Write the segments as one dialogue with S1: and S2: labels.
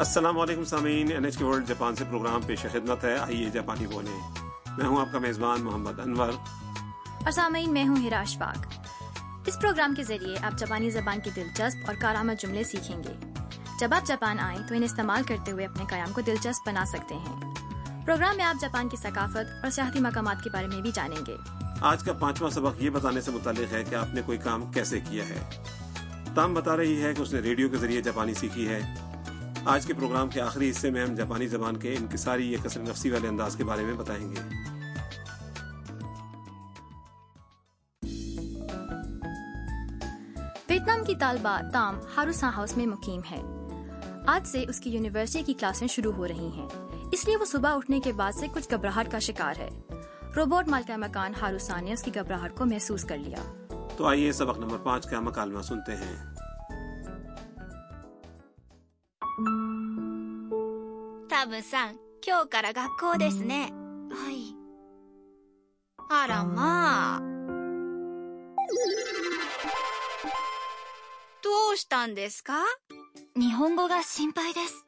S1: السلام علیکم سامعین N H K world Japan سے پروگرام پیش خدمت ہے آئیے جاپانی بولیں میں ہوں آپ کا میزبان محمد انور
S2: اور سامعین میں ہوں ہراش باغ اس پروگرام کے ذریعے آپ جاپانی زبان کے دلچسپ اور کارآمد جملے سیکھیں گے جب آپ جاپان آئیں تو انہیں استعمال کرتے ہوئے اپنے قیام کو دلچسپ بنا سکتے ہیں پروگرام میں آپ جاپان کی ثقافت اور سیاحتی مقامات کے بارے میں بھی جانیں گے
S1: آج کا پانچواں سبق یہ بتانے سے متعلق ہے کہ آپ نے کوئی کام کیسے کیا ہے تام بتا رہی ہے کہ اس نے ریڈیو کے ذریعے جاپانی سیکھی ہے آج کے پروگرام کے آخری حصے میں ہم جاپانی زبان کے انکساری یا کثر نفسی والے انداز کے بارے میں بتائیں گے
S2: ویتنام کی طالبہ تام ہاروسا ہاؤس میں مقیم ہے آج سے اس کی یونیورسٹی کی کلاسیں شروع ہو رہی ہیں اس لیے وہ صبح اٹھنے کے بعد سے کچھ گھبراہٹ کا شکار ہے روبوٹ مالکہ مکان ہاروسا نے اس کی گھبراہٹ کو محسوس کر لیا
S1: تو آئیے سبق نمبر پانچ کا مکالمہ سنتے ہیں
S3: タムさん今日から学校ですねはいあらまあどうしたんですか
S4: 日本語が心配です。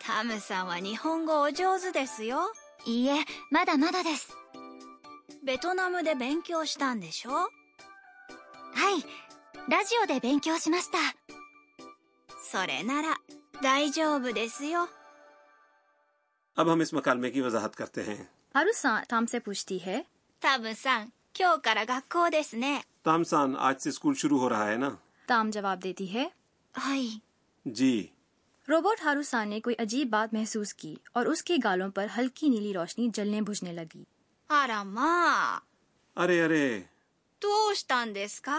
S3: タムさんは日本語お上手ですよ
S4: いいえ、まだまだです。
S3: ベトナムで勉強したんでしょ
S4: はい。ラジオで勉強しました。
S3: それなら大丈夫ですよ
S1: اب ہم اس مکالمے کی وضاحت کرتے ہیں
S2: ہاروسا تام سے پوچھتی ہے
S3: タムさん今日から学校ですね
S1: تام سان آج سے اسکول شروع ہو رہا ہے نا
S2: تام جواب دیتی ہے
S3: はい。
S1: جی
S2: روبوٹ ہاروسا نے کوئی عجیب بات محسوس کی اور اس کے گالوں پر ہلکی نیلی روشنی جلنے بجھنے لگی
S3: あらまあ
S1: ارے ارے
S3: どうしたんですか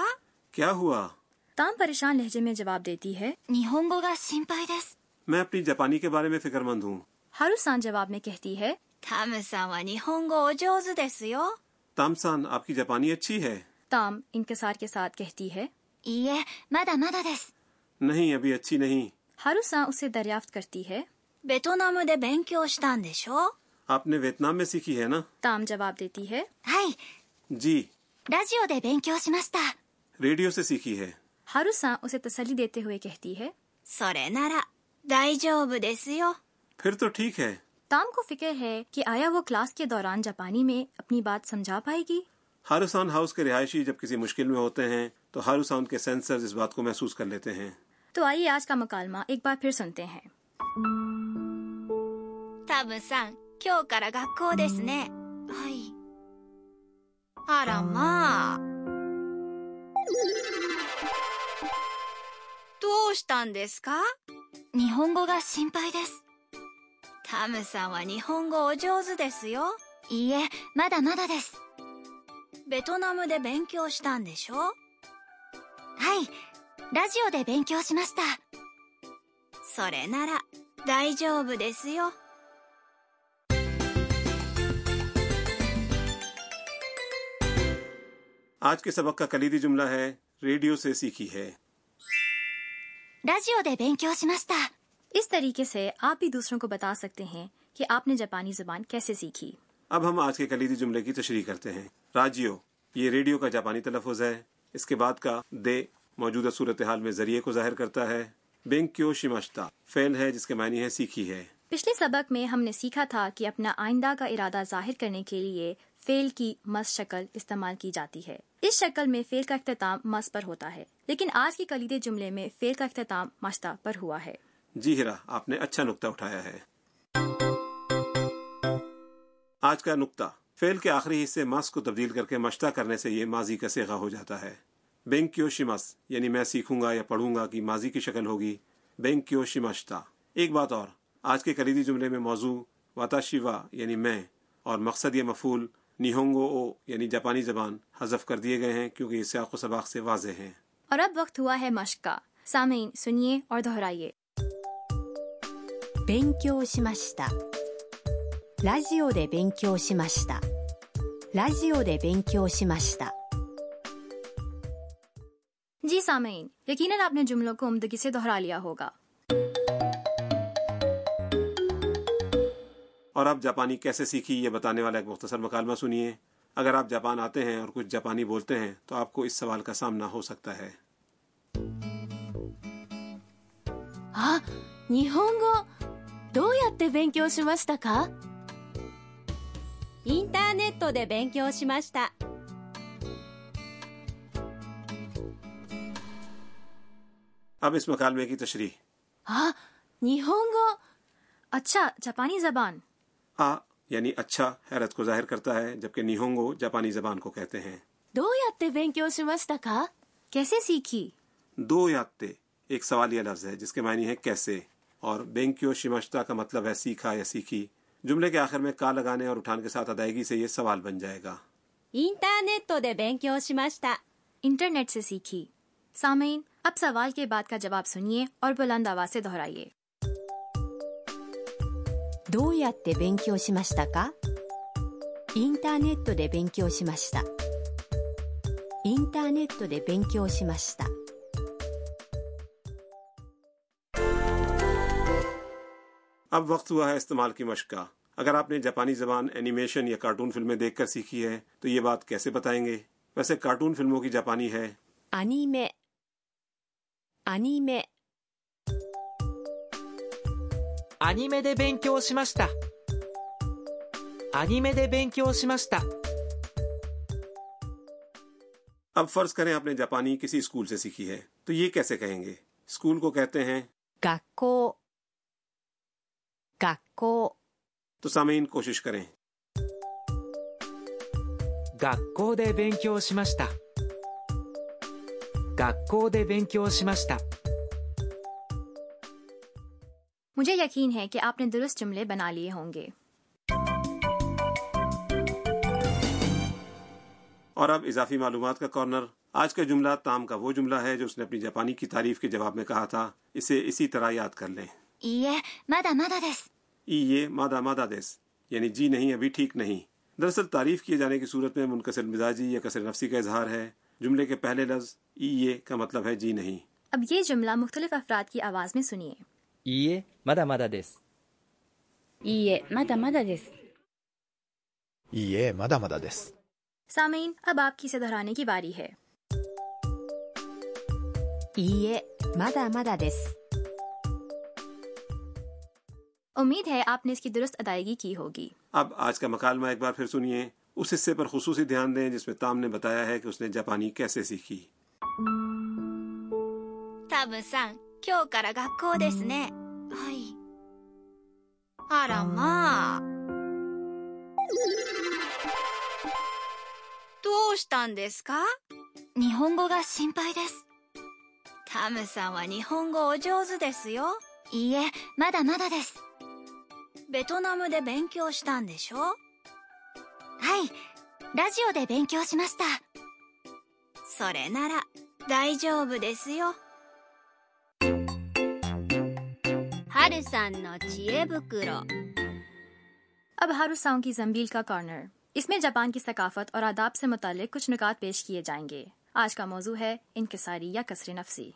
S1: کیا ہوا
S2: تام پریشان لہجے میں جواب دیتی ہے
S4: 日本語が心配です。
S1: میں اپنی جاپانی کے بارے میں فکر مند ہوں
S2: ہاروسان جواب میں کہتی ہے
S3: タムさんは日本語お上手ですよ
S1: تام سان آپ کی جاپانی اچھی ہے
S2: تام انکسار کے ساتھ کہتی ہے
S4: いいえ、まだまだです。
S1: نہیں ابھی اچھی نہیں
S2: ہاروسان اسے دریافت کرتی ہے
S3: ベトナムで勉強したんでしょ
S1: آپ نے ویتنام میں سیکھی ہے نا
S2: تام جواب دیتی ہے
S4: はい。
S1: جی
S4: ラジオで勉強しました。
S1: ریڈیو سے سیکھی ہے
S2: ہاروسان اسے تسلی دیتے ہوئے کہتی ہے
S3: それなら大丈夫ですよ
S1: پھر تو ٹھیک ہے
S2: تام کو فکر ہے کہ آیا وہ کلاس کے دوران جاپانی میں اپنی بات سمجھا پائے گی
S1: ہاروسان ہاؤس کے رہائشی جب کسی مشکل میں ہوتے ہیں تو ہاروسان کے سینسرز اس بات کو محسوس کر لیتے ہیں
S2: تو آئیے آج کا مکالمہ ایک بار پھر سنتے ہیں
S3: タムさん今日から学校ですねはいあらまあどうしたんですか
S4: 日本語が心配です。
S3: タムさんは日本語お上手ですよ
S4: いいえ、まだまだです。
S3: ベトナムで勉強したんでしょ
S4: はい。ラジオで勉強しました。
S3: それなら大丈夫ですよ
S1: آج کے سبق کا کلیدی جملہ ہے ریڈیو سے سیکھی ہے
S4: ラジオで勉強しました。
S2: اس طریقے سے آپ بھی دوسروں کو بتا سکتے ہیں کہ آپ نے جاپانی زبان کیسے سیکھی
S1: اب ہم آج کے کلیدی جملے کی تشریح کرتے ہیں راجیو یہ ریڈیو کا جاپانی تلفظ ہے اس کے بعد کا دے موجودہ صورتحال میں ذریعے کو ظاہر کرتا ہے بینکیو شماشتا فعل ہے جس کے معنی ہے سیکھی ہے
S2: پچھلے سبق میں ہم نے سیکھا تھا کہ اپنا آئندہ کا ارادہ ظاہر کرنے کے لیے فیل کی مس شکل استعمال کی جاتی ہے اس شکل میں فیل کا اختتام مس پر ہوتا ہے لیکن آج کے کلیدے جملے میں فیل کا اختتام ماشتہ پر ہوا ہے
S1: جی ہرا آپ نے اچھا نقطہ اٹھایا ہے آج کا نقطہ فعل کے آخری حصے مس کو تبدیل کر کے مشتہ کرنے سے یہ ماضی کا سیغا ہو جاتا ہے بینکیو شمس یعنی میں سیکھوں گا یا پڑھوں گا کی ماضی کی شکل ہوگی بینکیو شمشتا ایک بات اور آج کے کلیدی جملے میں موضوع واتا شیوا یعنی میں اور مقصد یہ مفول نیہونگو او یعنی جاپانی زبان حذف کر دیے گئے ہیں کیونکہ یہ سیاق و سباق سے واضح ہیں
S2: اور اب وقت ہوا ہے مشق کا سامعین سنیے اور دہرائیے
S5: 勉強しましたラジオで勉強しましたラジオで勉強しました。
S2: جی سامعین یقیناً آپ نے جملوں کو عمدگی سے دہرا لیا ہوگا
S1: اور آپ جاپانی کیسے سیکھی یہ بتانے والا ایک مختصر مکالمہ سنیے اگر آپ جاپان آتے ہیں اور کچھ جاپانی بولتے ہیں تو آپ کو اس سوال کا سامنا ہو سکتا ہے
S4: あ、
S6: 日本語どうやって勉強しましたか
S7: インターネットで勉強しました
S1: اب اس مکالمے کی تشریح
S6: あ日本語
S2: اچھا جاپانی زبان
S1: آ یعنی اچھا حیرت کو ظاہر کرتا ہے جبکہ نیہونگو جاپانی زبان کو کہتے ہیں
S6: どうやって勉強しましたか
S2: کیسے سیکھی
S1: دو یادتے ایک سوالیہ لفظ ہے جس کے معنی ہے کیسے اور بینکیو شماشتا کا مطلب ہے سیکھا یا سیکھی جملے کے آخر میں کا لگانے اور اٹھان کے ساتھ ادائیگی سے یہ سوال بن جائے گا
S7: インターネットで勉強しました
S2: انٹرنیٹ سے سیکھی سامعین اب سوال کے بعد کا جواب سنیے اور بلند آواز سے دہرائیے
S5: どうやって勉強しましたかインターネットで勉強しましたインターネットで勉強しました
S1: اب وقت ہوا ہے استعمال کی مشق کا اگر آپ نے جاپانی زبان اینیمیشن یا کارٹون فلمیں دیکھ کر سیکھی ہے تو یہ بات کیسے بتائیں گے ویسے کارٹون فلموں کی جاپانی ہے
S5: アニメアニメ
S8: アニメで勉強しましたアニメで勉強しました
S1: اب فرض کریں آپ نے جاپانی کسی اسکول سے سیکھی ہے تو یہ کیسے کہیں گے اسکول کو کہتے ہیں
S5: 学校学校
S1: تو سامعین کوشش کریں
S8: 学校で勉強しました学校で勉強しました
S2: مجھے یقین ہے کہ آپ نے درست جملے بنا لیے ہوں گے
S1: اور اب اضافی معلومات کا کارنر آج کا جملہ تام کا وہ جملہ ہے جو اس نے اپنی جاپانی کی تعریف کے جواب میں کہا تھا اسے اسی طرح یاد کر لیں
S4: いいえ、まだまだです。
S1: ای یہ مادہ مادہ دیس یعنی جی نہیں ابھی ٹھیک نہیں دراصل تعریف کیے جانے کی صورت میں منکسر مزاجی یا کثر نفسی کا اظہار ہے جملے کے پہلے لفظ ای یہ کا مطلب ہے جی نہیں
S2: اب یہ جملہ مختلف افراد کی آواز میں سنیے
S9: いいえまだまだです
S10: いいえ、まだまだです。
S11: いいえ、まだまだです。
S2: سامعین اب آپ کی اسے دہرانے کی باری ہے
S5: いいえまだまだです
S2: امید ہے آپ نے اس کی درست ادائیگی کی ہوگی
S1: اب آج کا مکالمہ ایک بار پھر سنیے اس حصے پر خصوصی دھیان دیں جس میں تام نے بتایا ہے کہ اس نے جاپانی کیسے سیکھی
S3: タブさん、今日から学校ですね。はい。あらまあ。どうしたんですか
S4: 日本語が心配です。
S3: タムさんは日本語お上手ですよ。
S4: いいえ、まだまだです。
S3: ベトナムで勉強したんでしょ
S4: はい。ラジオで勉強しました。
S3: それなら大丈夫ですよ。
S7: はるさんの知恵袋
S2: اب ہاروساؤں کی زمبیل کا کارنر اس میں جاپان کی ثقافت اور آداب سے متعلق کچھ نکات پیش کیے جائیں گے آج کا موضوع ہے انکساری یا کثر نفسی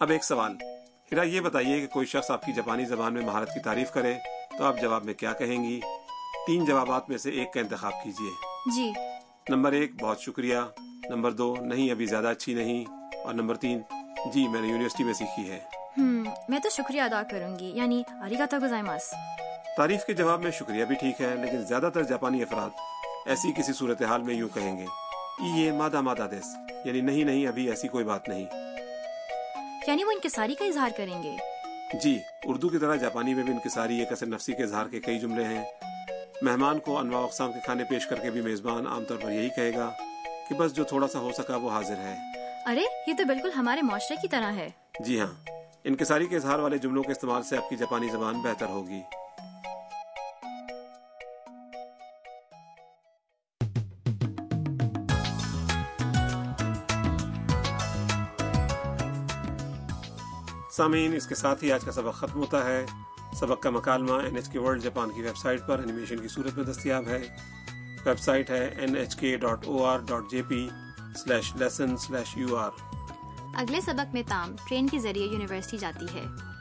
S1: اب ایک سوال ہرا یہ بتائیے کہ کوئی شخص آپ کی جاپانی زبان میں مہارت کی تعریف کرے تو آپ جواب میں کیا کہیں گی تین جوابات میں سے ایک کا انتخاب کیجیے
S2: جی
S1: نمبر ایک بہت شکریہ نمبر دو نہیں ابھی زیادہ اچھی نہیں اور نمبر تین جی میں نے یونیورسٹی میں سیکھی ہے
S2: ہم، میں تو شکریہ ادا کروں گی یعنی اریگاتا گزائماس
S1: تعریف کے جواب میں شکریہ بھی ٹھیک ہے لیکن زیادہ تر جاپانی افراد ایسی کسی صورتحال میں یوں کہیں گے "ای یہ مادہ مادہ دیس یعنی نہیں نہیں ابھی ایسی کوئی بات نہیں
S2: یعنی وہ انکساری کا اظہار کریں گے
S1: جی اردو کی طرح جاپانی میں بھی انکساری یا کثر نفسی کے اظہار کے کئی جملے ہیں مہمان کو انواع اقسام کے کھانے پیش کر کے بھی میزبان عام طور پر یہی کہے گا کہ بس جو تھوڑا سا ہو سکا وہ حاضر ہے
S2: ارے یہ تو بالکل ہمارے معاشرے کی طرح ہے
S1: جی ہاں انکساری کے اظہار والے جملوں کے استعمال سے آپ کی جاپانی زبان بہتر ہوگی سامعین اس کے ساتھ ہی آج کا سبق ختم ہوتا ہے سبق کا مکالمہ N H K world Japan کی ویب سائٹ پر اینیمیشن کی صورت میں دستیاب ہے ویب سائٹ ہے N H K dot O R dot J P slash lesson slash U R
S2: اگلے سبق میں تام ٹرین کے ذریعے یونیورسٹی جاتی ہے